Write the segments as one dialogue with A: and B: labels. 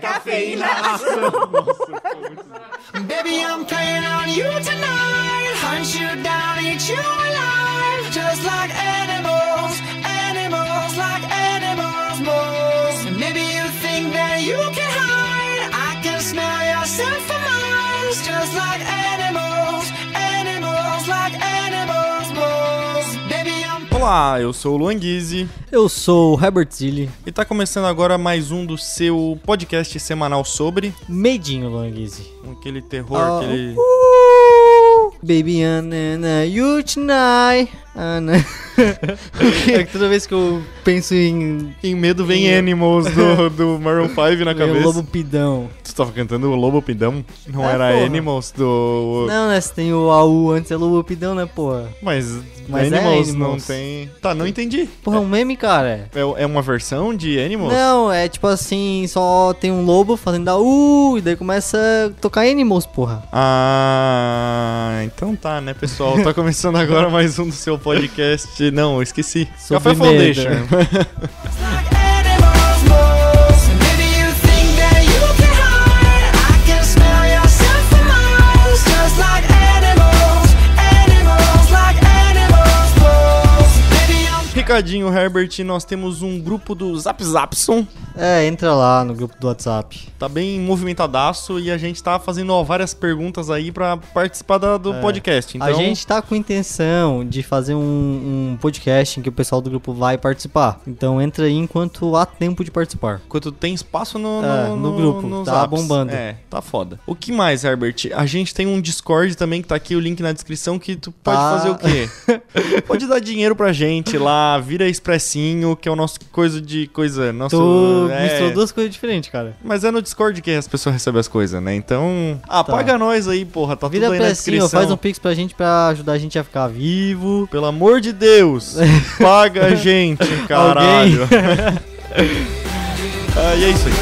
A: cafeína.
B: Nossa, foi muito bom.
C: Baby, I'm playing on you tonight. Hunt you down, eat you alive. Just like animals, animals, like animals, moles. And maybe you think that you can hide. I can smell yourself for miles. Just like animals, animals, like animals, moles. Baby, I'm
D: Olá, eu sou o Luan Guizzi
E: Eu sou o Herbert Zilli,
D: e tá começando agora mais um do seu podcast semanal sobre
E: meidinho Longuise.
D: aquele terror,
E: Ah,
D: aquele.
E: Uh, baby Anana, you tonight. Ana. é que toda vez que eu penso em
D: Em medo vem Animals do, do Maroon 5 na
E: meu
D: cabeça.
E: lobo pidão.
D: Tu tava cantando o Lobo Pidão? Não
E: É,
D: era
E: porra.
D: Animals do.
E: Não, né? Você tem o AU antes, é lobo pidão, né, porra?
D: Mas,
E: Mas é
D: Animals, não
E: Animals.
D: tem. Tá, não entendi.
E: Porra, é um meme, cara.
D: É, é uma versão de Animals?
E: Não, é tipo assim, só tem um lobo fazendo AU e daí começa a tocar Animals, porra.
D: Ah, então tá, né, pessoal? Tá começando agora mais um do seu podcast. Não, eu esqueci.
E: Sobre
D: Café
E: medo.
D: Foundation.
C: like animals, moles. And maybe you think that you can hide. I can smell yourself for miles. Just like animals, animals, like animals, moles. Maybe I'm
D: Ricardinho, Herbert, nós temos um grupo do Zap Zapson.
E: É, entra lá no grupo do WhatsApp.
D: Tá bem movimentadaço e a gente tá fazendo ó, várias perguntas aí pra participar da- do podcast. Então,
E: É. A gente tá com intenção de fazer um, um podcast em que o pessoal do grupo vai participar. Então entra aí enquanto há tempo de participar.
D: enquanto tem espaço no,
E: É,
D: no,
E: no grupo,
D: nos
E: tá
D: apps.
E: bombando.
D: É, tá foda. O que mais, Herbert? A gente tem um Discord também que tá aqui, o link na descrição, que tu pode
E: Tá.
D: fazer o quê? pode dar dinheiro pra gente lá, vira expressinho, que é o nosso coisa de coisa. Nosso,
E: Tu
D: é,
E: misturou duas coisas diferentes, cara.
D: Mas é no Discord que as pessoas recebem as coisas, né? Então, ah,
E: Tá.
D: paga nós aí, porra. Tá
E: Vira
D: tudo aí na
E: precinho,
D: descrição.
E: faz um pix pra gente pra ajudar a gente a ficar vivo.
D: Pelo amor de Deus, paga a gente, caralho. ah, e é isso aí.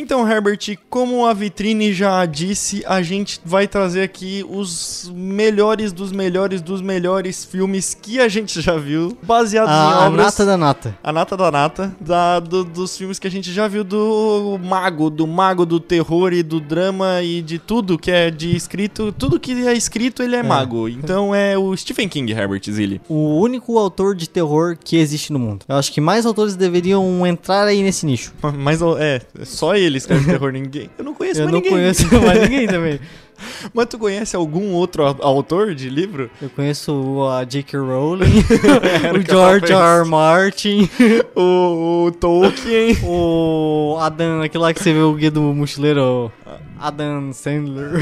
D: Então, Herbert, como a vitrine já disse, a gente vai trazer aqui os melhores dos melhores dos melhores filmes que a gente já viu, baseados
E: A,
D: em
E: a
D: obras.
E: nata da nata.
D: A nata da nata, da- do- dos filmes que a gente já viu do mago, do mago do terror e do drama e de tudo que é de escrito. Tudo que é escrito, ele é, mago. Então é o Stephen King, Herbert Zilli.
E: O único autor de terror que existe no mundo. Eu acho que mais autores deveriam entrar aí nesse nicho.
D: Mas é, só ele escreve terror, ninguém. Eu não conheço
E: Eu
D: mais
E: não
D: ninguém.
E: conheço mais ninguém também.
D: Mas tu conhece algum outro au- autor de livro?
E: Eu conheço o- a J.K. Rowling,
D: o
E: o
D: que eu tava
E: George R. Martin.
D: O, o Tolkien.
E: O Adam, aquele lá que você vê o guia do mochileiro. Adam Sandler.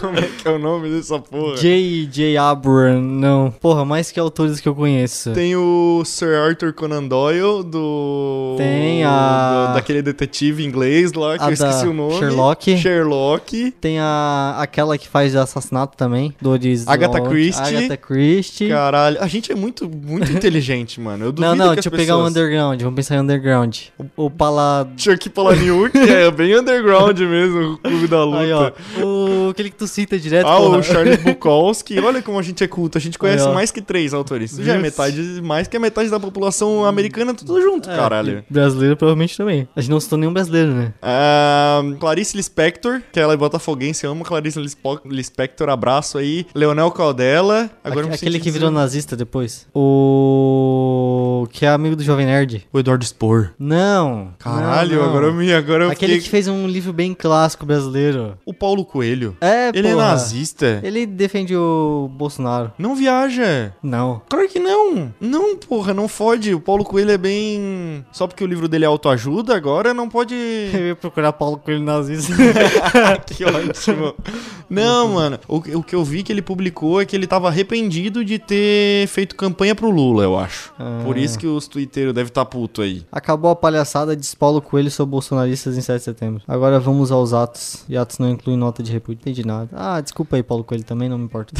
D: Como é que é o nome dessa porra?
E: J.J. Abram, não. Porra, mais que autores que eu conheço.
D: Tem o Sir Arthur Conan Doyle, do.
E: Tem a-
D: do- daquele detetive inglês lá, que
E: A
D: eu esqueci
E: da
D: o nome.
E: Sherlock.
D: Sherlock.
E: Tem a aquela que faz assassinato também, Doris
D: Agatha
E: Lawrence.
D: Christie.
E: Agatha Christie.
D: Caralho, a gente é muito, muito inteligente, mano. Eu duvido
E: não, não,
D: que as
E: deixa eu pegar um o
D: pessoas-
E: underground, vamos pensar em underground. O Pala...
D: Chuck Palahniuk, que é bem underground mesmo, o clube da luta.
E: Aí, ó, o... aquele que tu cita direto,
D: Ah,
E: porra.
D: o Charles Bukowski. Olha como a gente é culto. A gente conhece
E: Aí, ó.
D: mais que três autores. Isso já é
E: Viu?
D: metade, mais que a metade da população americana, tudo junto,
E: É,
D: caralho.
E: e Brasileiro provavelmente também. A gente não citou nenhum brasileiro, né?
D: Ah, Clarice Lispector, que ela é botafoguense, eu amo Clarice Lispo- Lispector, abraço aí. Leonel Caldela. Agora eu
E: Aque-
D: me
E: aquele
D: senti
E: que virou
D: dizendo-
E: nazista depois. O... que é amigo do Jovem Nerd.
D: O Eduardo Spohr.
E: Não.
D: Caralho,
E: não, não.
D: agora eu me. Agora eu
E: Aquele
D: fiquei...
E: que fez um livro bem clássico brasileiro.
D: O Paulo Coelho.
E: É,
D: Ele é
E: porra.
D: nazista?
E: Ele defende o Bolsonaro.
D: Não viaja.
E: Não.
D: Claro que não. Não, porra, não fode. O Paulo Coelho é bem. Só porque o livro dele é autoajuda, agora não pode.
E: Eu ia procurar Paulo Coelho nazista.
D: que ótimo. Não, mano. O, o que eu
E: Ah.
D: vi que ele publicou é que ele tava arrependido de ter feito campanha pro Lula, eu acho. Por isso que os twitteiros devem estar puto aí.
E: Acabou a palhaçada de Paulo Coelho sobre bolsonaristas em 7 de setembro. Agora vamos aos atos. E atos não incluem nota de repúdio. Entendi nada. Ah, desculpa aí, Paulo Coelho, também não me importa.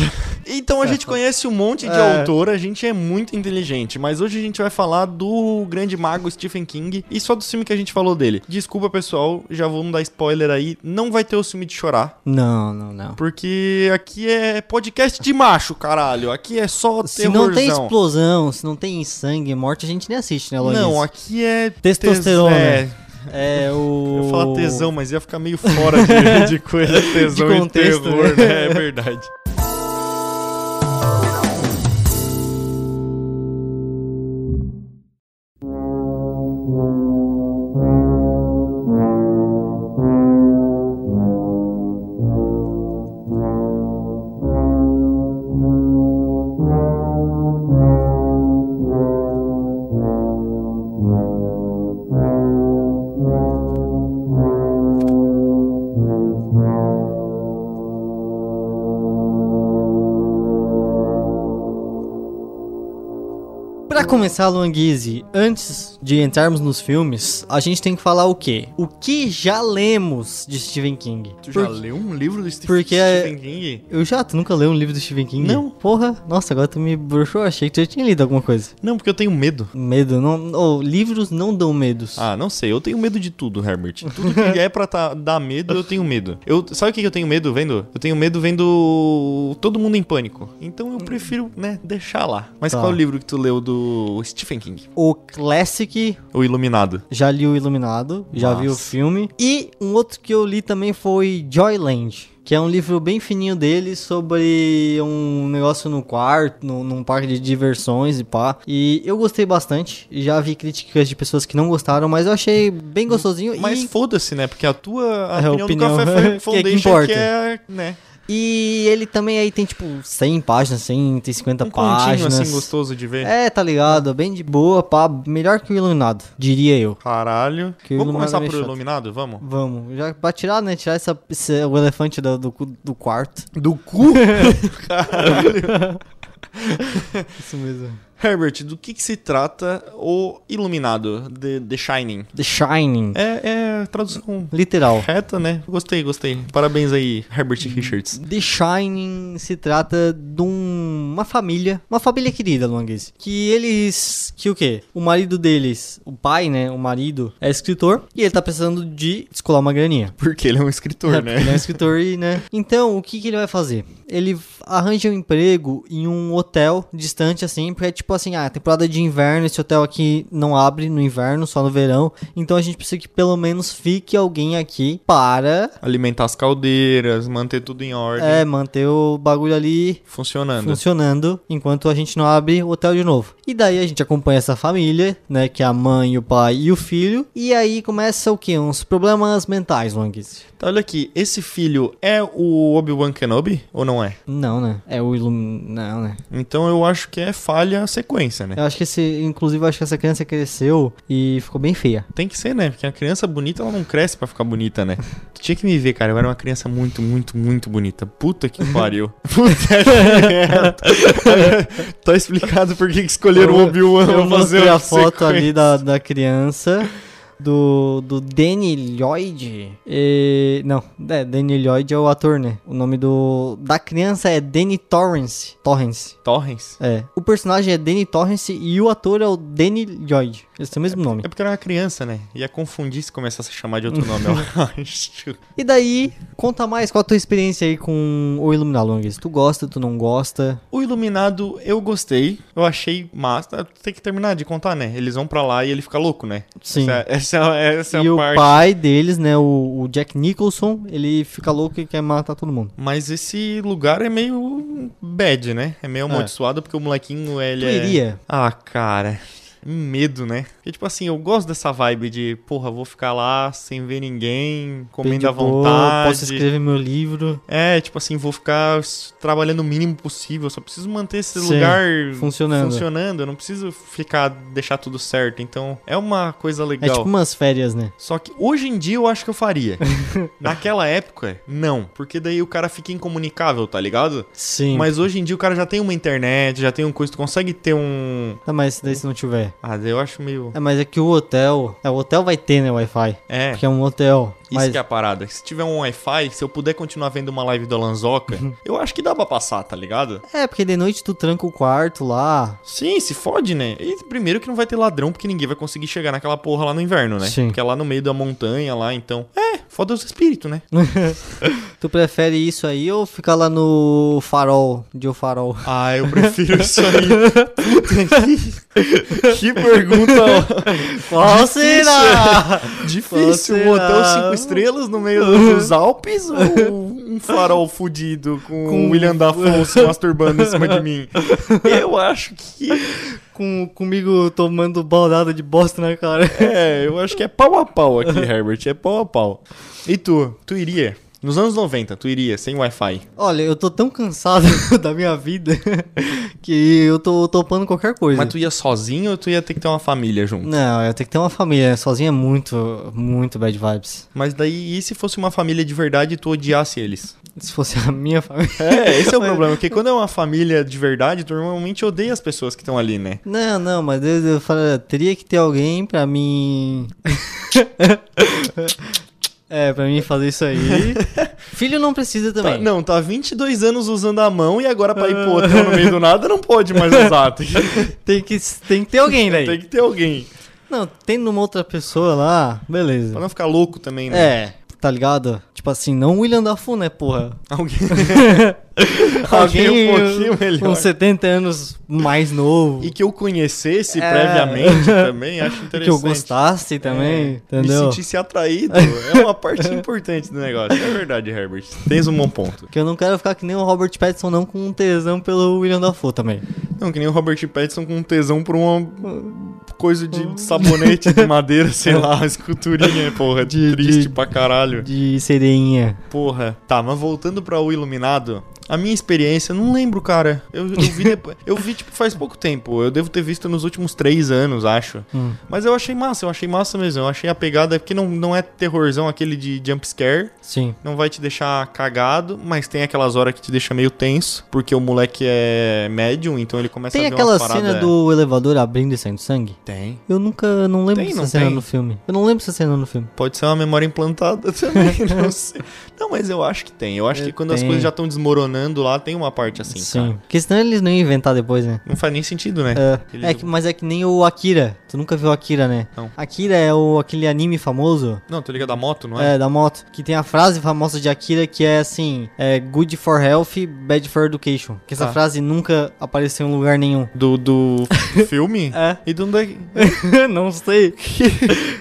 D: Então a gente conhece um monte de
E: É.
D: autor, a gente é muito inteligente, mas hoje a gente vai falar do grande mago Stephen King e só do filme que a gente falou dele. Desculpa, pessoal, já vou dar spoiler aí, não vai ter o filme de chorar,
E: não, não, não.
D: porque aqui é podcast de macho, caralho. Aqui é só terrorzão.
E: Se não tem explosão, se não tem sangue, morte, a gente nem assiste, né, Lois?
D: Não, aqui é
E: Testosterona.
D: tes- é,
E: É o.
D: Eu ia falar tesão, mas ia ficar meio fora de, de coisa tesão
E: De contexto,
D: e terror,
E: né?
D: né? É verdade.
E: Pra começar, Luan Guizzi, antes de entrarmos nos filmes, a gente tem que falar o quê? O que já lemos de Stephen King?
D: Tu já
E: Por-
D: leu um livro do Stephen,
E: porque é-
D: Stephen King?
E: Eu já, tu nunca leu um livro do Stephen King?
D: Não.
E: Porra, nossa, agora tu me bruxou, achei que tu já tinha lido alguma coisa.
D: Não, porque eu tenho medo.
E: Medo, não. Oh, livros não dão medos.
D: Ah, não sei, eu tenho medo de tudo, Herbert. Tudo que é pra tá- dar medo, eu tenho medo. Eu, sabe o que que eu tenho medo vendo? Eu tenho medo vendo todo mundo em pânico. Então eu prefiro, né, deixar lá. Mas
E: Tá.
D: qual é o livro que tu leu do Stephen King?
E: O Classic,
D: O Iluminado.
E: já li o Iluminado, já vi o
D: Massa.
E: filme. E um outro que eu li também foi Joyland, que é um livro bem fininho dele sobre um negócio no quarto, num, num parque de diversões e pá. E eu gostei bastante, já vi críticas de pessoas que não gostaram, mas eu achei bem gostosinho.
D: Mas
E: e,
D: foda-se, né? Porque a tua a
E: É, a
D: opinião,
E: opinião
D: do
E: que é
D: Café
E: que
D: Foundation
E: importa.
D: que, é, né,
E: e ele também aí tem tipo 100 páginas, 150
D: um continho
E: páginas.
D: assim gostoso de ver.
E: É, tá ligado? Bem de boa, pá. Melhor que o Iluminado, diria eu.
D: Caralho.
E: Que o
D: Vamos
E: Iluminado é
D: começar
E: meio
D: por
E: chato.
D: Iluminado? Vamos?
E: Vamos, já pra tirar, né? Tirar essa, esse- o elefante da- do, cu- do quarto.
D: Do cu?
E: Isso mesmo.
D: Herbert, do que, que se trata o Iluminado, The, The Shining?
E: The Shining.
D: É, é tradução
E: Literal.
D: reta, né? Gostei, gostei. Parabéns aí, Herbert Richards.
E: The Shining se trata de um- uma família, uma família querida, Longues, que eles, que o quê? O marido deles, o pai, né, o marido é escritor e ele tá precisando de descolar uma graninha.
D: Porque ele é um
E: É,
D: escritor,
E: porque Ele é um escritor e, né? Então, o que, que ele vai fazer? Ele f- arranja um emprego em um hotel distante, assim, porque é tipo assim, ah, temporada de inverno, esse hotel aqui não abre no inverno, só no verão. Então a gente precisa que pelo menos fique alguém aqui para
D: Alimentar as caldeiras, manter tudo em ordem.
E: é, manter o bagulho ali
D: Funcionando.
E: funcionando enquanto a gente não abre o hotel de novo. E daí a gente acompanha essa família, né? Que é a mãe, o pai e o filho. E aí começa o quê? Uns problemas mentais, Longues.
D: Então, olha aqui, esse filho é o Obi-Wan Kenobi ou não é?
E: Não, né? É o ilum... Não, né?
D: Então eu acho que é falha a sequência, né?
E: Eu acho que esse, inclusive, eu acho que essa criança cresceu e ficou bem feia.
D: Tem que ser, né? Porque a criança bonita, ela não cresce pra ficar bonita, né? Tu tinha que me ver, cara. Eu era uma criança muito, muito, muito bonita. Puta que pariu. Puta que merda. tá explicado por que que escolheram o Obi-Wan
E: Eu
D: pra fazer
E: mostrei a
D: uma
E: foto ali
D: sequência.
E: da, da criança do, do Danny Lloyd. E- não, é, Danny Lloyd é o ator, né? O nome do da criança é Danny Torrance. Torrance.
D: Torrens.
E: É. O personagem é Danny Torrance e o ator é o Danny Lloyd. Eles têm o mesmo nome.
D: É porque era uma criança, né? Ia confundir se começasse a chamar de outro nome, eu acho.
E: E daí, conta mais qual a tua experiência aí com o Illuminalongues. Tu gosta, tu não gosta?
D: O Iluminado eu gostei. Eu achei massa. Tem que terminar de contar, né? Eles vão pra lá e ele fica louco, né?
E: Sim.
D: Essa, essa, essa
E: e
D: é a
E: o
D: parte.
E: pai deles, né, o, o Jack Nicholson, ele fica louco e quer matar todo mundo.
D: Mas esse lugar é meio bad, né? É meio amaldiçoado porque o molequinho, ele
E: Tu
D: é...
E: iria?
D: Ah, cara... Medo, né? Porque, tipo assim, eu gosto dessa vibe de, porra, vou ficar lá sem ver ninguém,
E: Bem
D: comendo
E: de
D: à
E: boa,
D: vontade.
E: Posso escrever meu livro.
D: É, tipo assim, vou ficar s- trabalhando o mínimo possível, só preciso manter esse
E: Sim,
D: lugar
E: funcionando.
D: funcionando, eu não preciso ficar, deixar tudo certo. Então, é uma coisa
E: É
D: legal.
E: tipo umas férias, né?
D: Só que hoje em dia eu acho que eu faria. Naquela época, não. Porque daí o cara fica incomunicável, tá ligado?
E: Sim. Mas,
D: Mas hoje em dia o cara já tem uma internet, já tem um coisa, tu consegue ter um.
E: tá, mas daí se não tiver.
D: Ah, daí eu acho meio.
E: É, mas é que o hotel. É, o hotel vai ter, né, Wi-Fi.
D: É.
E: Porque é um hotel.
D: Isso
E: mas
D: que é a parada. Se tiver um Wi-Fi, se eu puder continuar vendo uma live do Lanzoca,
E: Uhum.
D: eu acho que dá pra passar, tá ligado?
E: é, porque de noite tu tranca o quarto lá.
D: Sim, se fode, né? E primeiro que não vai ter ladrão, porque ninguém vai conseguir chegar naquela porra lá no inverno, né?
E: Sim.
D: Porque é lá no meio da montanha, lá, então. É, foda os espíritos, né?
E: Tu prefere isso aí ou ficar lá no farol, de o farol?
D: Ah, eu prefiro isso aí. Puta que... que pergunta
E: Qual será?
D: ó. difícil. Um
E: Qual será?
D: hotel cinco estrelas no meio dos Alpes ou um farol fudido com,
E: Com-
D: o William Dafoe se masturbando em cima de mim? Eu acho que...
E: Com, comigo tomando baldada de bosta na cara.
D: É, eu acho que é pau a pau aqui, Herbert. É pau a pau. E tu? Tu iria? Nos anos 90, tu iria sem Wi-Fi?
E: Olha, eu tô tão cansado da minha vida que eu tô topando qualquer coisa.
D: Mas tu ia sozinho ou tu ia ter que ter uma família junto?
E: Não, eu tenho que ter uma família. Sozinho é muito, muito bad vibes.
D: Mas daí, e se fosse uma família de verdade e tu odiasse eles?
E: Se fosse a minha família.
D: É, esse é o problema, porque quando é uma família de verdade, tu normalmente odeia as pessoas que estão ali, né?
E: Não, não, mas eu, eu falo, teria que ter alguém pra mim. é, pra mim fazer isso aí. Filho não precisa
D: Tá-
E: também.
D: não, tá 22 anos usando a mão e agora pra ir pro hotel no meio do nada não pode mais usar. Tem que,
E: Tem, que, tem que ter alguém daí.
D: tem que ter alguém.
E: Não, tendo uma outra pessoa lá, beleza.
D: Pra não ficar louco também, né?
E: É, tá ligado? Tipo assim, não o William Dafoe, né, porra?
D: Alguém,
E: Alguém
D: alguém um pouquinho melhor.
E: com 70 anos mais novo.
D: E que eu conhecesse
E: É.
D: previamente também, acho interessante. É,
E: que eu gostasse também, entendeu?
D: Me sentisse atraído é uma parte importante do negócio. É verdade, Herbert. Tens um bom ponto.
E: Que eu não quero ficar que nem o Robert Pattinson não com um tesão pelo William Dafoe também.
D: Não, que nem o Robert Pattinson com um tesão por uma coisa
E: Hum.
D: de sabonete de madeira, sei lá, uma esculturinha, né? porra,
E: É. De-
D: triste
E: de-
D: pra caralho.
E: De sereinha.
D: Porra. Tá, mas voltando pra O Iluminado, a minha experiência, eu não lembro, cara. Eu, eu vi depois, eu vi, tipo, faz pouco tempo. Eu devo ter visto nos últimos três anos, acho.
E: Hum.
D: Mas eu achei massa, eu achei massa mesmo. Eu achei a pegada, porque não, não é terrorzão aquele de jumpscare.
E: Sim.
D: Não vai te deixar cagado, mas tem aquelas horas que te deixa meio tenso, porque o moleque é médium, então ele começa
E: Tem
D: a ver umas
E: aquela
D: paradas-
E: cena do elevador abrindo e saindo sangue?
D: Tem.
E: Eu nunca, não lembro
D: Tem,
E: dessa
D: não
E: cena
D: tem?
E: no filme. Eu não lembro dessa cena no filme.
D: Pode ser uma memória implantada também, não sei. Não, mas eu acho que tem. Eu acho
E: É,
D: que quando as
E: tem.
D: coisas já estão desmoronando lá, tem uma parte assim, cara.
E: Porque senão eles não iam inventar depois, né?
D: Não faz nem sentido, né?
E: É,
D: Eles-
E: é que- mas é que nem o Akira. Tu nunca viu Akira, né?
D: Não.
E: Akira é o, aquele anime famoso
D: Não, tô ligado a moto, não é?
E: é, da moto, que tem a frase famosa de Akira que é assim: é, Good for health, bad for education. Que essa
D: Tá.
E: frase nunca apareceu em lugar nenhum.
D: Do, do filme?
E: É.
D: E do... Que
E: não sei.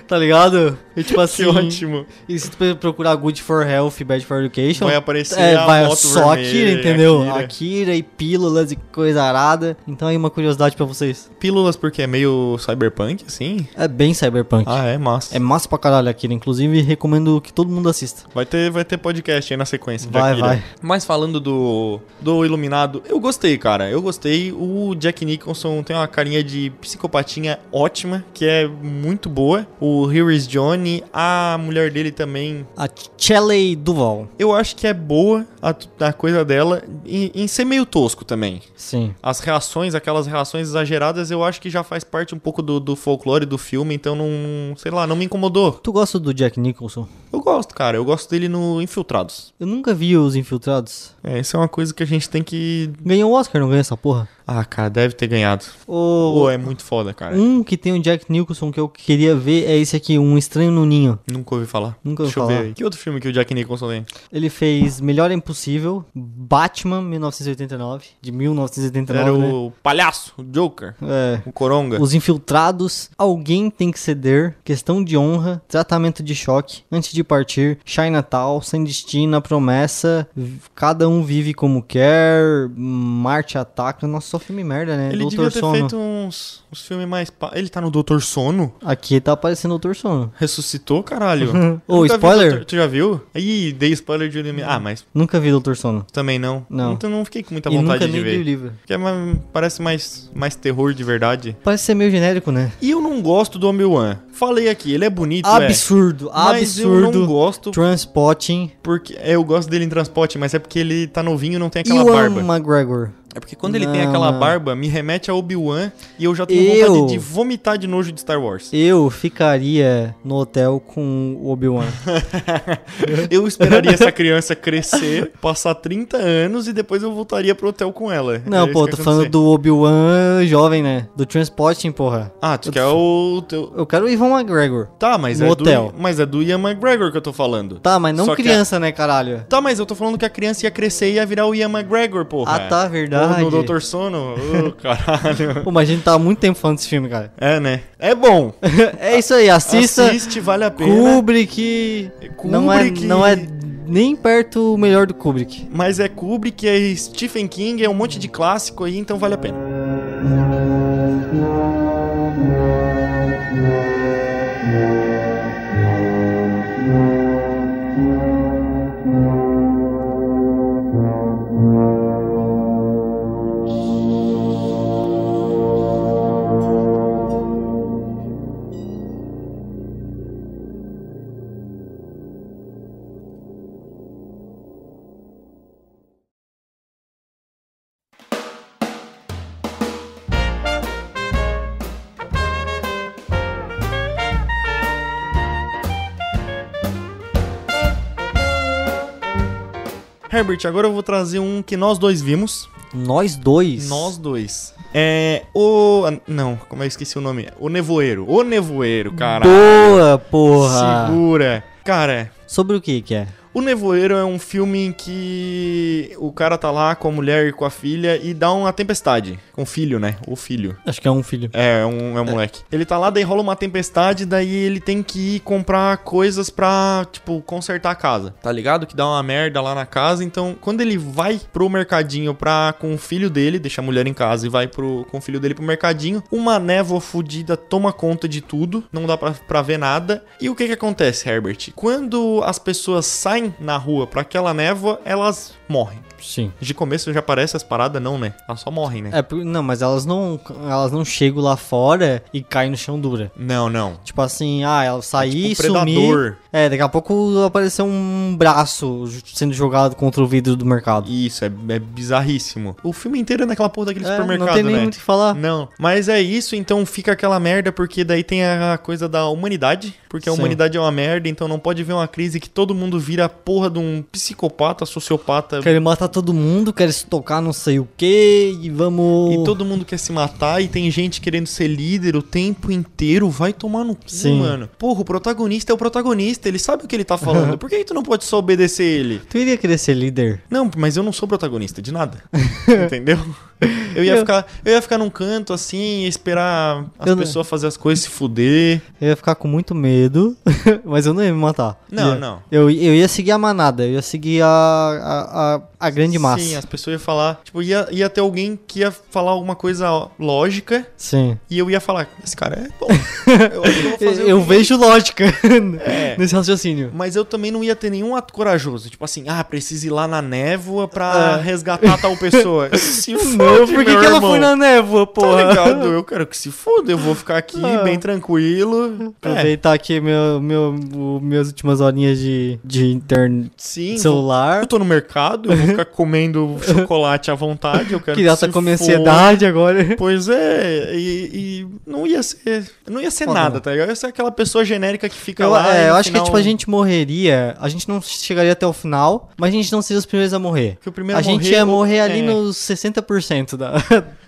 E: tá ligado? E tipo assim.
D: ótimo.
E: E se tu pre- procurar Good for Health, Bad for Education.
D: Vai aparecer
E: é,
D: a
E: vai
D: moto
E: só
D: vermelha, né?
E: Akira, entendeu? Akira.
D: Akira.
E: e pílulas e coisa arada. Então aí uma curiosidade pra vocês.
D: Pílulas porque é meio cyberpunk, assim?
E: É bem cyberpunk.
D: Ah, é massa.
E: É massa pra caralho Akira. Inclusive, recomendo que todo mundo assista.
D: Vai ter, vai ter podcast aí na sequência. de
E: Vai,
D: Akira.
E: vai.
D: Mas falando do, do Iluminado, eu gostei, cara. Eu gostei. O Jack Nicholson tem uma carinha de psicopatinha ótima, que é muito boa. O Harris Johnny, a mulher dele também,
E: A Shelley Duval.
D: eu acho que é boa a, a coisa dela, em, em ser meio tosco também.
E: Sim.
D: As reações, aquelas reações exageradas, eu acho que já faz parte um pouco do, do folclore do filme, então não, sei lá, não me incomodou.
E: Tu gosta do Jack Nicholson?
D: Eu gosto, cara. Eu gosto dele no Infiltrados.
E: Eu nunca vi os Infiltrados.
D: É, isso é uma coisa que a gente tem que
E: Ganhou o Oscar, não ganhou essa porra?
D: Ah, cara, deve ter ganhado.
E: O...
D: Pô, é muito foda, cara.
E: Um que tem o Jack Nicholson que eu queria ver é esse aqui, Um Estranho no Ninho.
D: Nunca ouvi falar.
E: Nunca ouvi
D: Deixa eu
E: falar.
D: ver aí. Que outro filme que o Jack Nicholson tem?
E: Ele fez Melhor é Impossível, Batman 1989, de 1989.
D: Era
E: né?
D: o palhaço, o Joker,
E: É.
D: o Coronga.
E: Os infiltrados, alguém tem que ceder, questão de honra, tratamento de choque, antes de partir, Chinatown, Sandestina, promessa, v- cada um vive como quer, Marte ataca, nossa, só filme merda, né?
D: Ele devia
E: Doutor
D: ter
E: Sono.
D: feito uns, uns filmes mais. pa- Ele tá no Doutor Sono?
E: Aqui tá aparecendo o Doutor Sono.
D: Ressuscitou, caralho.
E: Ô,
D: Eu nunca vi
E: spoiler?
D: Doutor- Tu já viu? Ih, dei spoiler de Illuminati. Ah, mas
E: Nunca vi Doutor Sono.
D: também não.
E: Não.
D: Então não fiquei com muita
E: e nunca
D: vontade de
E: nem li o
D: ver.
E: livro.
D: Porque é mais- parece mais, mais terror de verdade.
E: Parece ser meio genérico, né?
D: E eu não gosto do Obi-Wan. Falei aqui, ele é bonito, é.
E: Absurdo,
D: Mas eu não
E: absurdo.
D: gosto
E: Transpotting.
D: Porque é, eu gosto dele em transporte, mas é porque ele tá novinho e não tem
E: E
D: aquela
E: o
D: barba.
E: Ian McGregor.
D: É porque quando ele tem
E: Não,
D: aquela
E: não.
D: barba, me remete a Obi-Wan e eu já tenho
E: Eu-
D: vontade de vomitar de nojo de Star Wars.
E: Eu ficaria no hotel com o Obi-Wan.
D: Eu esperaria essa criança crescer, passar 30 anos e depois eu voltaria pro hotel com ela. Era
E: Não,
D: É isso
E: pô,
D: que
E: tô
D: ia
E: falando
D: acontecer.
E: do Obi-Wan jovem, né? Do Transporting, porra.
D: Ah, tu quer o teu...
E: Eu quero o Ivan McGregor.
D: Tá, mas
E: No
D: é
E: Um hotel.
D: do... Mas é do Ian McGregor que eu tô falando.
E: Tá, mas não
D: Só que a-
E: criança, né, caralho?
D: Tá, mas eu tô falando que a criança ia crescer e ia virar o Ian McGregor, porra.
E: Ah, tá, verdade.
D: Ou no Doutor Sono. Ô, caralho.
E: Pô, mas a gente tá há muito tempo falando desse filme, cara.
D: É, né? É bom.
E: É isso aí, assista.
D: Assiste, vale a pena.
E: Kubrick.
D: Kubrick.
E: Não, é, não é nem perto o melhor do Kubrick.
D: Mas é Kubrick, é Stephen King, é um monte de clássico aí, então vale a pena. Herbert, agora eu vou trazer um que nós dois vimos.
E: Nós dois.
D: Nós dois. É. O. ah, Não, como eu esqueci o nome? O Nevoeiro. O Nevoeiro, cara.
E: Boa, porra.
D: Segura. Cara,
E: Sobre o que que é?
D: O Nevoeiro é um filme em que o cara tá lá com a mulher e com a filha e dá uma tempestade. Com o filho, né? O filho.
E: Acho que é um filho.
D: É, é um, é um moleque. Ele tá lá, daí rola uma tempestade, daí ele tem que ir comprar coisas pra, tipo, consertar a casa. Tá ligado? Que dá uma merda lá na casa. Então, quando ele vai pro mercadinho pra, com o filho dele, deixa a mulher em casa e vai pro, com o filho dele pro mercadinho, uma névoa fudida toma conta de tudo, não dá pra, pra ver nada. E o que que acontece, Herbert? Quando as pessoas saem na rua pra aquela névoa, elas morrem.
E: Sim.
D: De começo já aparece as paradas, não, né? Elas só morrem, né?
E: É, por- não, mas elas não, elas não chegam lá fora e caem no chão dura.
D: Não, não.
E: Tipo assim, ah, ela sair,
D: tipo predador.
E: sumir. É, daqui a pouco apareceu um braço j- sendo jogado contra o vidro do mercado.
D: Isso, é, é bizarríssimo. O filme inteiro é naquela porra daquele
E: É,
D: supermercado,
E: não tem nem
D: né?
E: muito o que falar.
D: Não, mas é isso, então fica aquela merda, porque daí tem a coisa da humanidade, porque a
E: Sim.
D: humanidade é uma merda, então não pode ver uma crise que todo mundo vira a porra de um psicopata, sociopata,
E: Querem matar todo mundo, querem se tocar não sei o que, e vamos...
D: e todo mundo quer se matar, e tem gente querendo ser líder o tempo inteiro, vai tomar no cu,
E: Sim.
D: mano. Porra, o protagonista é o protagonista, ele sabe o que ele tá falando, por que aí tu não pode só obedecer ele?
E: Tu iria querer ser líder?
D: Não, mas eu não sou protagonista de nada. entendeu? Eu ia,
E: Eu-
D: Ficar, eu ia ficar num canto assim, ia esperar as
E: Eu não-
D: pessoas fazer as coisas se fuder.
E: Eu ia ficar com muito medo, mas eu não ia me matar.
D: Não,
E: Ia-
D: não.
E: Eu, eu ia seguir a manada, eu ia seguir a, a, a, a grande massa.
D: Sim, as pessoas iam falar. Tipo, ia, ia ter alguém que ia falar alguma coisa lógica
E: Sim.
D: e eu ia falar: Esse cara é bom. Eu, acho que eu vou fazer o
E: Eu
D: que-
E: vejo lógica
D: É.
E: nesse raciocínio.
D: Mas eu também não ia ter nenhum ato corajoso. Tipo assim, ah, preciso ir lá na névoa pra resgatar tal pessoa. Se fode,
E: Ah." Não, por que,
D: meu
E: que ela
D: irmão.
E: foi na névoa,
D: Tá
E: porra?
D: ligado? Eu quero que se foda, eu vou ficar aqui
E: Ah.
D: bem tranquilo. É,
E: Aproveitar aqui meu, meu, o- minhas últimas horinhas de, de internet
D: sim, vou Eu
E: celular.
D: tô no mercado, eu vou ficar comendo chocolate à vontade, eu quero
E: Que já
D: se
E: tá com minha
D: foda.
E: ansiedade agora.
D: Pois é, e, e não ia ser. Não ia ser
E: Foda,
D: nada,
E: né?
D: tá ligado? Ia ser aquela pessoa genérica que fica
E: Eu,
D: lá.
E: é,
D: e
E: eu
D: no
E: acho que
D: final-
E: tipo, a gente morreria, a gente não chegaria até o final, mas a gente não seria os primeiros a morrer.
D: Que o primeiro
E: a gente ia morrer ali
D: é,
E: nos 60% da.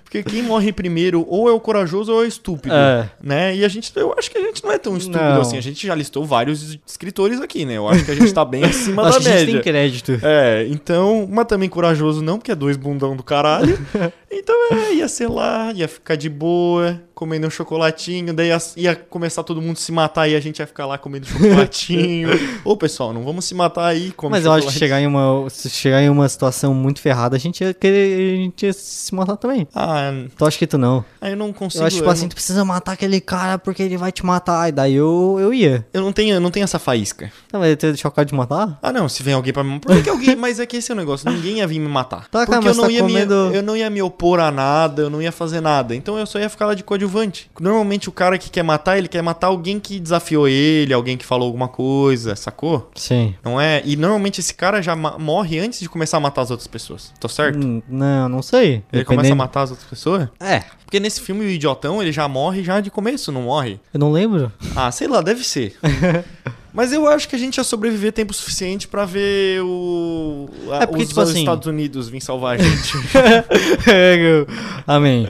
D: Porque quem morre primeiro ou é o corajoso ou é o estúpido.
E: É.
D: Né? E a gente. Eu acho que a gente não é tão estúpido
E: Não.
D: assim. A gente já listou vários escritores aqui, né? Eu acho que a gente tá bem acima da
E: acho que a
D: média.
E: gente tem crédito.
D: É, então, mas também corajoso não, porque é dois bundão do caralho. Então, é, ia ser lá, ia ficar de boa, comendo um chocolatinho, daí ia, ia começar todo mundo se matar e a gente ia ficar lá comendo chocolatinho. Ô, pessoal, não vamos se matar aí, come
E: Mas eu acho que
D: chocolate.
E: chegar em, uma, se chegar em uma situação muito ferrada, a gente ia querer. A gente ia se matar também.
D: Ah,
E: Tu acha que tu não?
D: ah, eu não consigo.
E: eu acho, tipo
D: eu,
E: assim, tu precisa matar aquele cara porque ele vai te matar. E daí eu, eu ia.
D: não, eu não tenho, eu não tenho essa faísca.
E: Não, mas tu ia deixar o cara te matar?
D: Ah, não, se vem alguém pra me matar. Por que alguém. Mas é que esse é o negócio, ninguém ia vir me matar.
E: Tá, cara,
D: porque eu
E: mas
D: não
E: tá
D: ia
E: comendo-
D: me. Eu não ia me opor a nada, eu não ia fazer nada. Então eu só ia ficar lá de coadjuvante. Normalmente o cara que quer matar, ele quer matar alguém que desafiou ele, alguém que falou alguma coisa, sacou?
E: Sim.
D: Não é? E normalmente esse cara já ma- morre antes de começar a matar as outras pessoas. Tô certo?
E: Hum, Não, não sei.
D: Ele começa a
E: Dependendo-
D: matar as outras pessoas?
E: É,
D: Porque nesse filme o idiotão, ele já morre já de começo, não morre?
E: eu não lembro.
D: Ah, sei lá, deve ser. Mas eu acho que a gente ia sobreviver tempo suficiente pra ver o a-
E: É porque,
D: os,
E: tipo
D: os
E: assim-
D: Estados Unidos vir salvar a gente.
E: É, eu- Amém.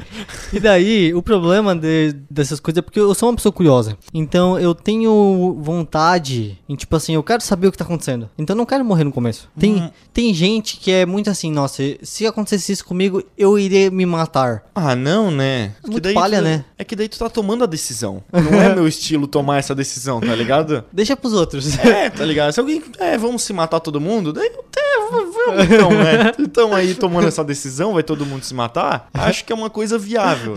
E: E daí, o problema de- dessas coisas é porque eu sou uma pessoa curiosa. Então eu tenho vontade em, tipo assim, eu quero saber o que tá acontecendo. Então eu não quero morrer no começo. Tem, tem gente que é muito assim, nossa, se acontecesse isso comigo, eu iria me matar.
D: ah, não, né?
E: Muito palha,
D: tu,
E: né?
D: É que daí tu tá tomando a decisão. Não é meu estilo tomar essa decisão, tá ligado?
E: Deixa pros outros.
D: É, tá ligado? Se alguém. É, vamos se matar todo mundo? Daí, é, v- vamos então, né? Então aí tomando essa decisão, vai todo mundo se matar? Acho que é uma coisa viável.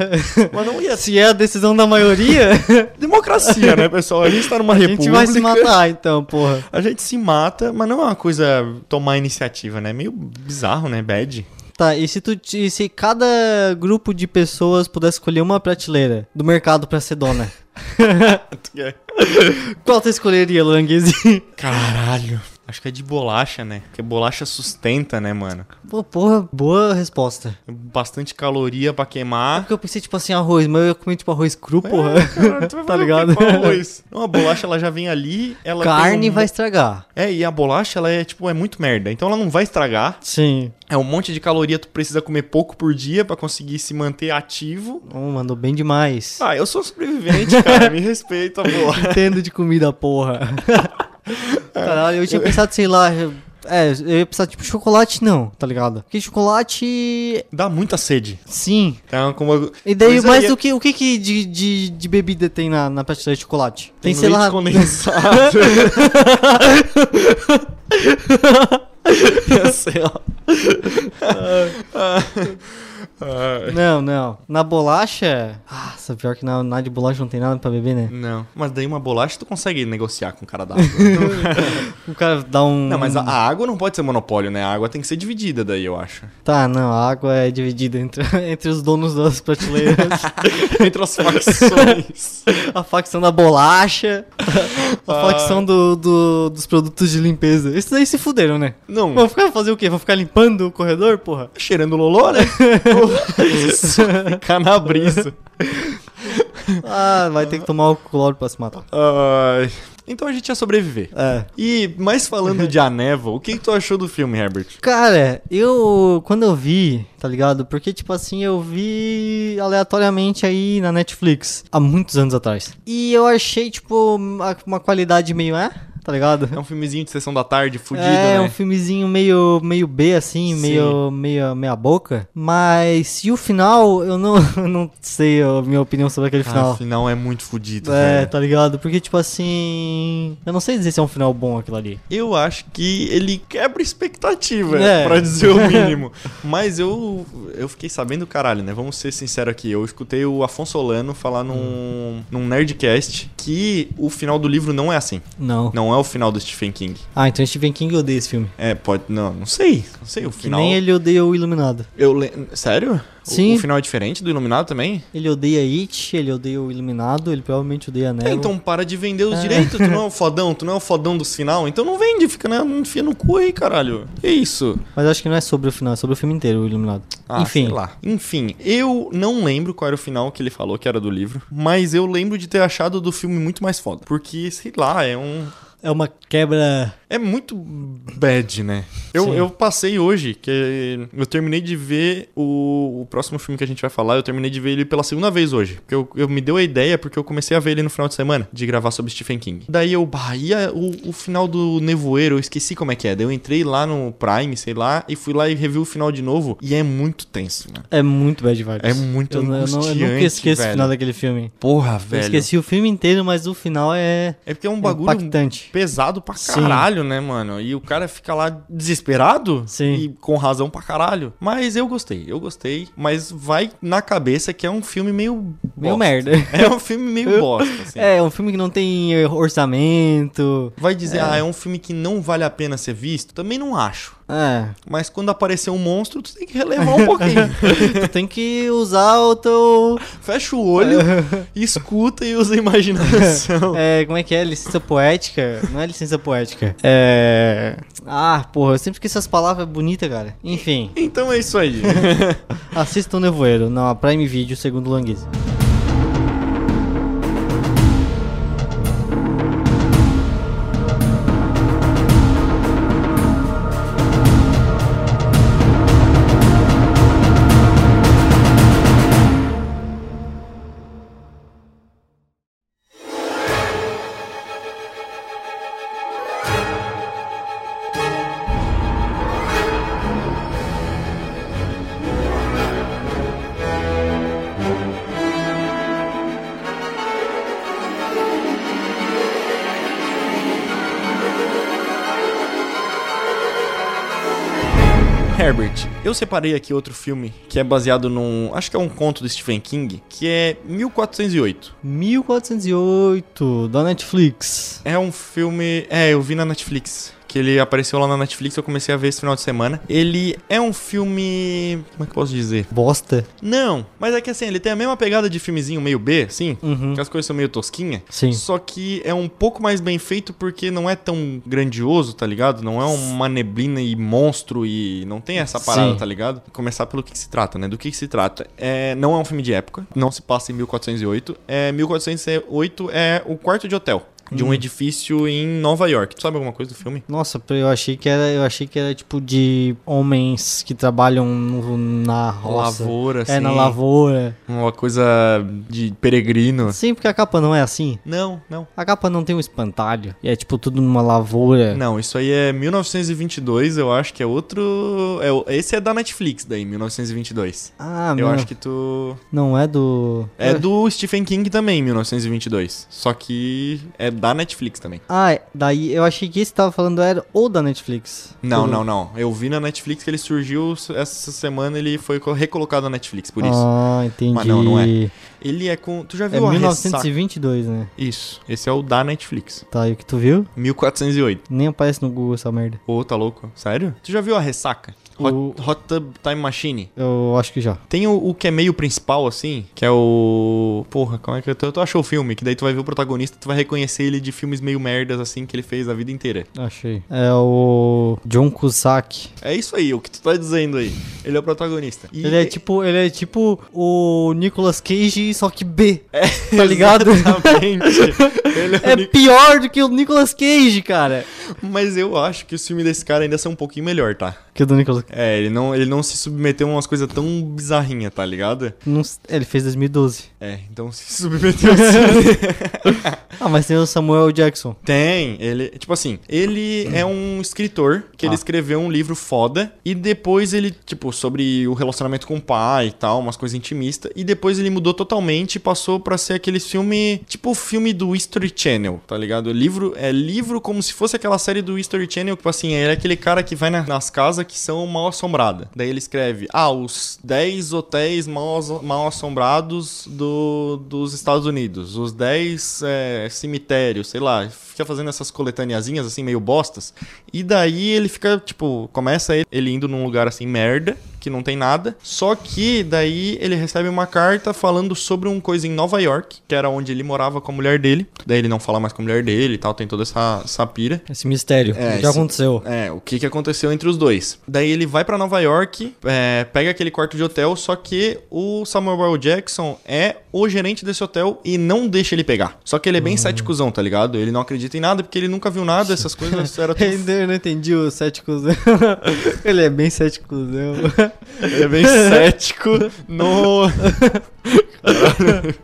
D: Mas não ia ser.
E: Se é a decisão da maioria,
D: Democracia, né, pessoal? A gente tá numa
E: a
D: república.
E: gente vai se matar, então, porra.
D: A gente se mata, mas não é uma coisa tomar iniciativa, né? Meio bizarro, né? Bad.
E: Tá, e se tu e se cada grupo de pessoas pudesse escolher uma prateleira do mercado pra ser dona? É. Qual tu escolheria, Languezinho?
D: Caralho. Acho que é de bolacha, né? Porque bolacha sustenta, né, mano?
E: Pô, porra, boa resposta.
D: Bastante caloria pra queimar.
E: Porque eu pensei, tipo assim, arroz, mas eu ia comer, tipo, arroz cru,
D: É,
E: porra.
D: Cara, tu vai fazer
E: tá
D: o quê é
E: ligado?
D: com arroz? Não, a bolacha ela já vem ali, ela tem
E: Carne
D: um-
E: vai estragar.
D: É, e a bolacha ela é tipo é muito merda. Então ela não vai estragar.
E: Sim.
D: É um monte de caloria, tu precisa comer pouco por dia pra conseguir se manter ativo.
E: Oh, mandou bem demais.
D: Ah, eu sou sobrevivente, cara. Me respeita, bolacha.
E: Entendo de comida, porra. Caralho, eu tinha pensado, sei lá. É, eu ia pensar, tipo, chocolate não, tá ligado? Porque chocolate.
D: Dá muita sede.
E: Sim.
D: Então, como
E: E daí,
D: Mas
E: mas
D: aí- é
E: o que, o que, que de, de, de bebida tem na, na prateleira de chocolate? Tem,
D: Tem,
E: sei
D: leite
E: lá.
D: condensado. Eu sei lá. Ah,
E: Não, não. Na bolacha. Nossa, pior que na, na de bolacha não tem nada pra beber, né?
D: Não, mas daí uma bolacha tu consegue negociar com o cara da
E: O cara dá um.
D: Hum. não, mas a, a água não pode ser monopólio, né? A água tem que ser dividida daí, eu acho.
E: Tá, não, a água é dividida entre, entre os donos das prateleiras,
D: Entre as facções.
E: a facção da bolacha, a facção do, do- dos produtos de limpeza. Isso daí se fuderam, né?
D: Não.
E: Vão ficar fazer o quê? Vão ficar limpando o corredor, porra?
D: Cheirando loló, né? Ficar na brisa.
E: Ah, vai ter que tomar o cloro pra se matar.
D: Ai, Então a gente ia sobreviver.
E: É.
D: E, mais falando de A Névoa, o que, que tu achou do filme, Herbert?
E: Cara, eu. Quando eu vi, tá ligado? Porque, tipo assim, eu vi aleatoriamente aí na Netflix, há muitos anos atrás. E eu achei, tipo, uma, uma qualidade meio. É? Tá ligado?
D: É um filmezinho de sessão da tarde, fudido,
E: é
D: né?
E: um filmezinho meio, meio B, assim,
D: Sim.
E: meio, meio meia boca. Mas e o final, eu não, eu não sei a minha opinião sobre aquele
D: Afinal
E: final.
D: é muito fudido,
E: É,
D: velho.
E: tá ligado? Porque, tipo assim. Eu não sei dizer se é um final bom aquilo ali.
D: Eu acho que ele quebra expectativa,
E: É.
D: pra dizer o mínimo. Mas eu eu fiquei sabendo, caralho, né? Vamos ser sinceros aqui. Eu escutei o Afonso Solano falar num, num Nerdcast que o final do livro não é assim.
E: Não.
D: Não é o final do Stephen King.
E: Ah, então Stephen King odeia esse filme.
D: É, pode. Não, não sei. Não sei. O
E: Que
D: final.
E: nem ele odeia o Iluminado.
D: eu le- Sério? O-
E: Sim.
D: O, final é diferente do Iluminado também?
E: Ele odeia It, ele odeia o Iluminado, ele provavelmente odeia a Nero.
D: É, então para de vender os direitos. Tu não é o fodão, tu não é o fodão dos final. Então não vende, fica, né? Enfia no cu aí, caralho. Que isso?
E: Mas acho que não é sobre o final, é sobre o filme inteiro, o Iluminado.
D: Ah,
E: Enfim.
D: sei lá. Enfim, eu não lembro qual era o final que ele falou que era do livro, mas eu lembro de ter achado do filme muito mais foda. Porque, sei lá, é um.
E: É uma quebra.
D: É muito bad, né? Eu,
E: Sim.
D: eu passei hoje, que eu terminei de ver o, o próximo filme que a gente vai falar, eu terminei de ver ele pela segunda vez hoje. Porque eu, eu me deu a ideia, porque eu comecei a ver ele no final de semana, de gravar sobre Stephen King. Daí eu, bah, e a- o, o final do Nevoeiro, eu esqueci como é que é. Daí eu entrei lá no Prime, sei lá, e fui lá e revi o final de novo. E é muito tenso, mano.
E: É muito bad vibes.
D: É muito
E: eu, eu não- eu
D: angustiante,
E: nunca esqueço
D: velho.
E: o final daquele filme.
D: Porra,
E: Eu esqueci o filme inteiro, mas o final é
D: É porque é um bagulho
E: impactante.
D: pesado pra
E: Sim.
D: caralho, né, mano? E o cara fica lá desesperado
E: Sim.
D: e com razão pra caralho. Mas eu gostei, eu gostei. Mas vai na cabeça que é um filme meio.
E: Meio
D: bosta.
E: merda.
D: É um filme meio bosta, assim.
E: É, um filme que não tem eh, orçamento.
D: é Vai dizer, ah, é um filme que não vale a pena ser visto? Também não acho.
E: É.
D: Mas quando aparecer um monstro, tu tem que relevar um pouquinho.
E: tu tem que usar o teu.
D: Fecha o olho, escuta e usa a imaginação.
E: É, como é que é? Licença poética? Não é licença poética. É. Ah, porra, eu sempre esqueço essas palavras bonitas, cara. Enfim,
D: Então é isso aí.
E: assista o Nevoeiro na Prime Video, segundo Languise.
D: Herbert, eu separei aqui outro filme que é baseado num. Acho que é um conto do Stephen King, que é 1408.
E: 1408, da Netflix.
D: É um filme. É, eu vi na Netflix. Que ele apareceu lá na Netflix, eu comecei a ver esse final de semana. Ele é um filme. Como é que eu posso dizer?
E: Bosta.
D: Não, mas é que assim, ele tem a mesma pegada de filmezinho meio B, assim.
E: Uhum.
D: Que as coisas são meio tosquinha.
E: Sim.
D: Só que é um pouco mais bem feito porque não é tão grandioso, tá ligado? Não é uma neblina e monstro e não tem essa parada,
E: Sim.
D: tá ligado? Começar pelo que, que se trata, né? Do que, que se trata? É, não é um filme de época, não se passa em 1408. É, 1408 é o quarto de hotel. De
E: Hum.
D: um edifício em Nova York. Tu sabe alguma coisa do filme?
E: Nossa, pô, eu achei que era, eu achei que era tipo de homens que trabalham no- na roça.
D: Lavoura, assim.
E: É, na lavoura.
D: Uma coisa de peregrino.
E: Sim, porque a capa não é assim.
D: Não, não.
E: A capa não tem um espantalho. E é tipo tudo numa lavoura.
D: Não, isso aí é 1922, eu acho que é outro. É, o- esse é da Netflix daí, 1922.
E: Ah,
D: eu
E: não.
D: acho que tu.
E: Não é do.
D: É do Stephen King também, 1922. Só que é da Netflix também.
E: Ah, é, daí eu achei que esse que tava falando era ou da Netflix.
D: Não,
E: Tudo.
D: não, é não. Eu vi na Netflix que ele surgiu essa semana, ele foi co- recolocado na Netflix, por isso.
E: Ah, entendi.
D: Mas não, não é. Ele é com. Tu já
E: É
D: viu a ressaca?
E: 1922, né?
D: Isso. Esse é o da Netflix.
E: Tá, e o que tu viu?
D: 1408.
E: Nem aparece no Google essa merda.
D: Ô, tá louco? Sério? Tu já viu a ressaca? Hot,
E: O-
D: Hot Tub Time Machine?
E: Eu acho que já.
D: Tem o, o que é meio principal, assim, que é o. Porra, como é que eu tô? Tu achou o filme, que daí tu vai ver o protagonista tu vai reconhecer ele de filmes meio merdas, assim, que ele fez a vida inteira.
E: Achei. É o John Cusack.
D: É isso aí, o que tu tá dizendo aí. Ele é o protagonista. E-
E: Ele é tipo, ele é tipo o Nicolas Cage, só que B. tá ligado?
D: É, Exatamente. Ele é o
E: É
D: Nic-
E: pior do que o Nicolas Cage, cara.
D: Mas eu acho que os filmes desse cara ainda são um pouquinho melhor, tá?
E: Que o do Nicolas
D: É, ele não, ele não se submeteu a umas coisas tão bizarrinhas, tá ligado?
E: não s- Ele fez 2012.
D: É, então se submeteu assim.
E: Ah, mas tem o Samuel Jackson.
D: Tem, ele, tipo assim, ele é um escritor que ele
E: Ah.
D: escreveu um livro foda e depois ele, tipo, sobre o relacionamento com o pai e tal, umas coisas intimistas, e depois ele mudou totalmente e passou pra ser aquele filme, tipo o filme do History Channel, tá ligado? Livro, é livro como se fosse aquela série do History Channel, tipo assim, ele é aquele cara que vai na- nas casas que são mal assombradas. Daí ele escreve, ah, os 10 hotéis mal, asso- mal assombrados do, dos Estados Unidos, os 10 é, cemitérios, sei lá, fica fazendo essas coletaniazinhas assim, meio bostas. E daí ele fica, tipo, começa ele, ele indo num lugar assim, merda, que não tem nada. Só que daí ele recebe uma carta falando sobre um coisa em Nova York, que era onde ele morava com a mulher dele. Daí ele não fala mais com a mulher dele e tal, tem toda essa, essa pira.
E: Esse mistério.
D: É,
E: já
D: esse-
E: aconteceu.
D: É, o que, que aconteceu entre os dois. Daí ele vai pra Nova York, é, pega aquele quarto de hotel, só que o Samuel L. Jackson é o gerente desse hotel e não deixa ele pegar. Só que ele
E: Hum.
D: é bem céticozão, tá ligado? Ele não acredita em nada porque ele nunca viu nada, essas coisas era tudo
E: Eu não entendi o sete cuzão. Ele é bem sete cuzão.
D: Ele é bem cético no. Caralho.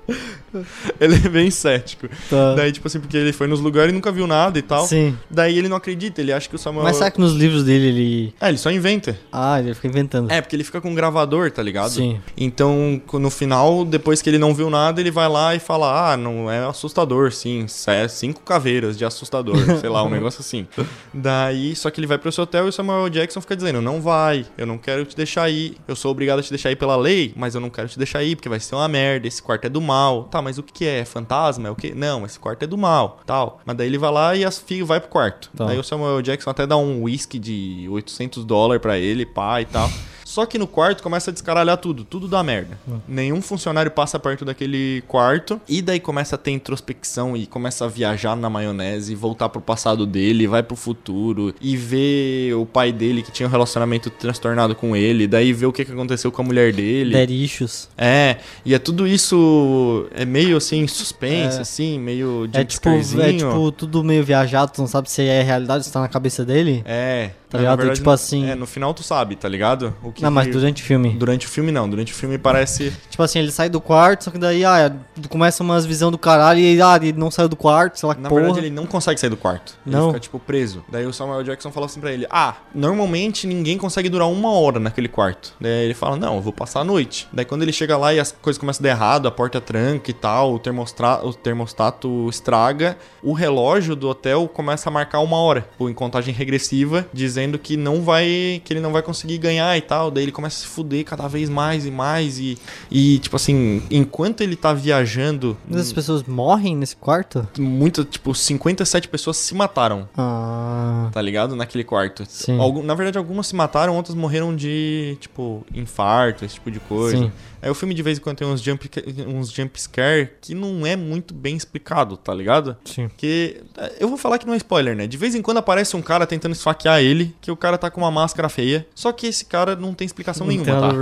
D: ele é bem cético.
E: Tá.
D: Daí, tipo assim, porque ele foi nos lugares e nunca viu nada e tal.
E: Sim.
D: Daí ele não acredita, ele acha que o Samuel.
E: Mas será que nos livros dele ele.
D: É, ele só inventa.
E: Ah, ele fica inventando.
D: É, porque ele fica com um gravador, tá ligado?
E: Sim.
D: Então, co- no final, depois que ele não viu nada, ele vai lá e fala: Ah, não é assustador, sim. É cinco caveiras de assustador, sei lá, um negócio assim. Daí, só que ele vai pro seu hotel e o Samuel Jackson fica dizendo: Não vai, eu não quero te deixar ir. Eu sou obrigado a te deixar ir pela lei, mas eu não quero te deixar ir, porque vai ser uma merda. Esse quarto é do mal. Tá, mas o que que é? É fantasma? É o que? Não, esse quarto é do mal, tal. Mas daí ele vai lá e as filhas vai pro quarto.
E: Tá.
D: Daí o Samuel Jackson até dá um whisky de 800 dólares pra ele, pá e tal. Só que no quarto começa a descaralhar tudo, tudo dá merda.
E: Hum.
D: Nenhum funcionário passa perto daquele quarto e daí começa a ter introspecção e começa a viajar na maionese, voltar pro passado dele, vai pro futuro e vê o pai dele que tinha um relacionamento transtornado com ele, daí vê o que que aconteceu com a mulher dele.
E: Dead issues.
D: É, e é tudo isso é meio assim suspense, assim, meio de
E: É tipo, é tipo tudo meio viajado, tu não sabe se é realidade, se tá na cabeça dele.
D: É,
E: Tá
D: na
E: ligado?
D: verdade,
E: Tipo
D: no-
E: assim-
D: É, no final tu sabe, tá ligado? O que
E: não, mas
D: que-
E: durante o filme.
D: durante o filme não, durante o filme parece
E: Tipo assim, ele sai do quarto, só que daí ah, começa umas visão do caralho e ah, ele não saiu do quarto, sei lá que
D: Na
E: porra.
D: verdade, ele não consegue sair do quarto. Ele
E: Não.
D: fica, tipo, preso. Daí o Samuel Jackson fala assim pra ele: Ah, normalmente ninguém consegue durar uma hora naquele quarto. Daí ele fala: Não, eu vou passar a noite. Daí quando ele chega lá e as coisas começam a dar errado, a porta tranca e tal, o, termostra- o termostato estraga, o relógio do hotel começa a marcar uma hora, ou em contagem regressiva, dizendo que não vai. que ele não vai conseguir ganhar e tal. Daí ele começa a se fuder cada vez mais e mais. E, e tipo assim, enquanto ele tá viajando.
E: Mas as pessoas morrem nesse quarto?
D: Muito, tipo, 57 pessoas se mataram,
E: Ah.
D: tá ligado? Naquele quarto.
E: Sim.
D: Algum- na verdade, algumas se mataram, outras morreram de, tipo, infarto, esse tipo de coisa.
E: Sim.
D: Aí o filme de vez em quando tem uns jump, uns jump scare que não é muito bem explicado, tá ligado?
E: Sim.
D: Que eh, eu vou falar que não é spoiler, né? De vez em quando aparece um cara tentando esfaquear ele, que o cara tá com uma máscara feia. Só que esse cara não tem explicação nenhuma, tá?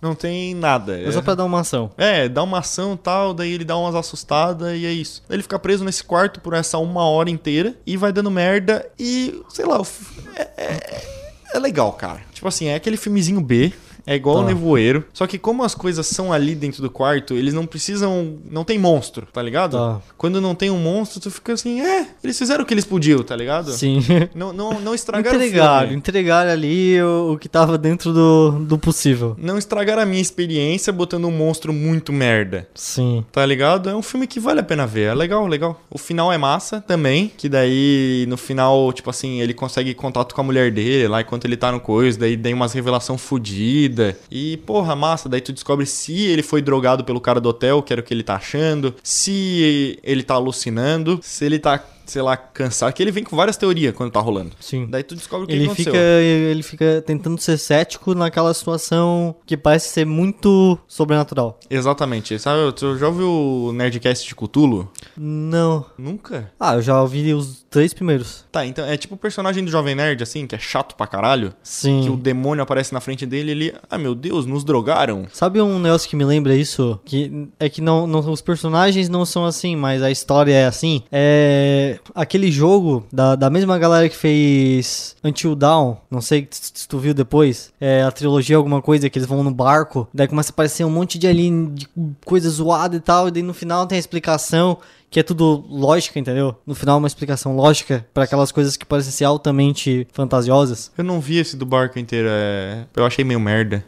D: Não tem nada.
E: É só pra dar uma ação.
D: É, dá uma ação e tal, daí ele dá umas assustadas e é isso. Ele fica preso nesse quarto por essa uma hora inteira e vai dando merda e, sei lá, o f- é, é- é legal, cara. Tipo assim, é aquele filmezinho B. É igual
E: Tá.
D: o Nevoeiro. Só que como as coisas são ali dentro do quarto, eles não precisam. Não tem monstro, tá ligado?
E: Tá.
D: Quando não tem um monstro, tu fica assim, é, eles fizeram o que eles podiam, tá ligado?
E: Sim.
D: Não, não, não estragaram o
E: entregaram,
D: filme.
E: entregaram ali o, o que tava dentro do, do possível.
D: Não estragaram a minha experiência botando um monstro muito merda.
E: Sim.
D: Tá ligado? É um filme que vale a pena ver. É legal, legal. O final é massa também. Que daí, no final, tipo assim, ele consegue contato com a mulher dele lá enquanto ele tá no coisa. Daí tem umas revelação fodida. E, porra, massa. Daí tu descobre se ele foi drogado pelo cara do hotel, que era o que ele tá achando. Se ele tá alucinando. Se ele tá, sei lá, cansado. Que ele vem com várias teorias quando tá rolando.
E: Sim.
D: Daí tu descobre o que
E: Ele
D: aconteceu.
E: fica, ele fica tentando ser cético naquela situação que parece ser muito sobrenatural.
D: Exatamente. Sabe, tu já ouviu o Nerdcast de Cthulhu?
E: Não.
D: Nunca?
E: Ah, eu já ouvi os três primeiros.
D: Tá, então é tipo o personagem do Jovem Nerd, assim, que é chato pra caralho.
E: Sim.
D: que o demônio aparece na frente dele, ele, ah, meu Deus, nos drogaram.
E: Sabe um negócio que me lembra isso? Que é que não, não- os personagens não são assim, mas a história é assim. É aquele jogo da, da mesma galera que fez Until Dawn, não sei se tu- se tu viu depois, é a trilogia alguma coisa que eles vão no barco, daí começa a aparecer um monte de alien, de coisa zoada e tal, e daí no final tem a explicação que é tudo lógica, entendeu? No final é uma explicação lógica pra aquelas coisas que parecem ser altamente fantasiosas.
D: Eu não vi esse do barco inteiro, é... eu achei meio merda.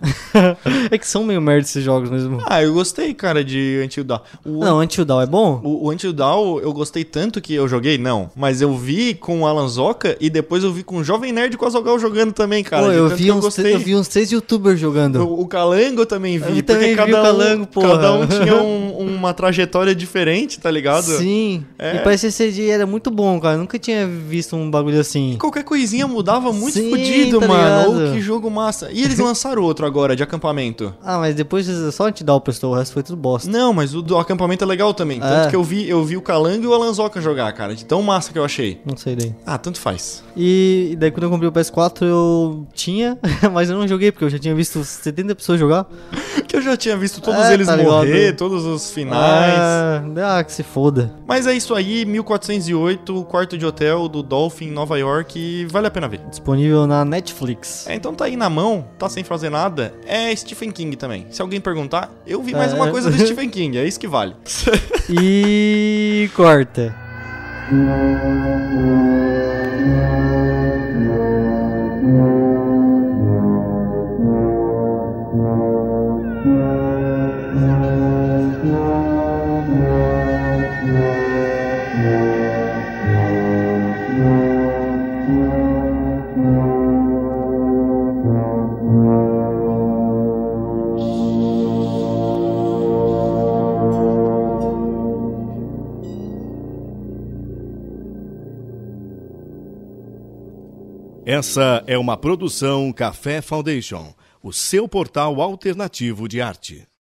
E: é que são meio merda esses jogos mesmo.
D: ah, eu gostei, cara, de Until Dawn. O,
E: Não, Until Dawn é bom?
D: o, o Until Dawn eu gostei tanto que eu joguei, não, mas eu vi com o Alan Zoca e depois eu vi com o Jovem Nerd e com o Azogal jogando também, cara.
E: Pô,
D: de
E: eu
D: tanto
E: vi,
D: que eu
E: uns
D: gostei.
E: tre- eu vi uns três youtubers jogando.
D: O, o Calango eu também vi,
E: Eu
D: porque
E: também vi
D: cada,
E: o
D: um,
E: Calango, porra.
D: cada um tinha um- uma trajetória diferente, tá ligado?
E: Sim.
D: É.
E: E parecia ser de era muito bom, cara. Eu nunca tinha visto um bagulho assim.
D: Qualquer coisinha mudava muito
E: Sim,
D: fodido,
E: tá
D: mano.
E: ligado?
D: Ou que jogo massa. E eles lançaram outro agora, de acampamento.
E: Ah, mas depois só te dar o prestou, o resto foi tudo bosta.
D: Não, mas o do acampamento é legal também. Tanto
E: É.
D: que eu vi, eu vi o Calango e o Alanzoca jogar, cara. De tão massa que eu achei.
E: Não sei daí.
D: Ah, tanto faz.
E: E e daí quando eu comprei o PS4 eu tinha, mas eu não joguei porque eu já tinha visto 70 pessoas jogar.
D: Que eu já tinha visto todos
E: É,
D: eles
E: tá ligado?
D: morrer, todos os finais.
E: Ah, ah, que se foda.
D: Mas é isso aí, 1408, o quarto de hotel do Dolphin em Nova York. e vale a pena ver.
E: Disponível na Netflix.
D: É, então tá aí na mão, tá sem fazer nada. É Stephen King também. Se alguém perguntar, eu vi mais uma
E: É.
D: coisa do Stephen King, é isso que vale.
E: E corta.
A: Essa é uma produção Café Foundation, o seu portal alternativo de arte.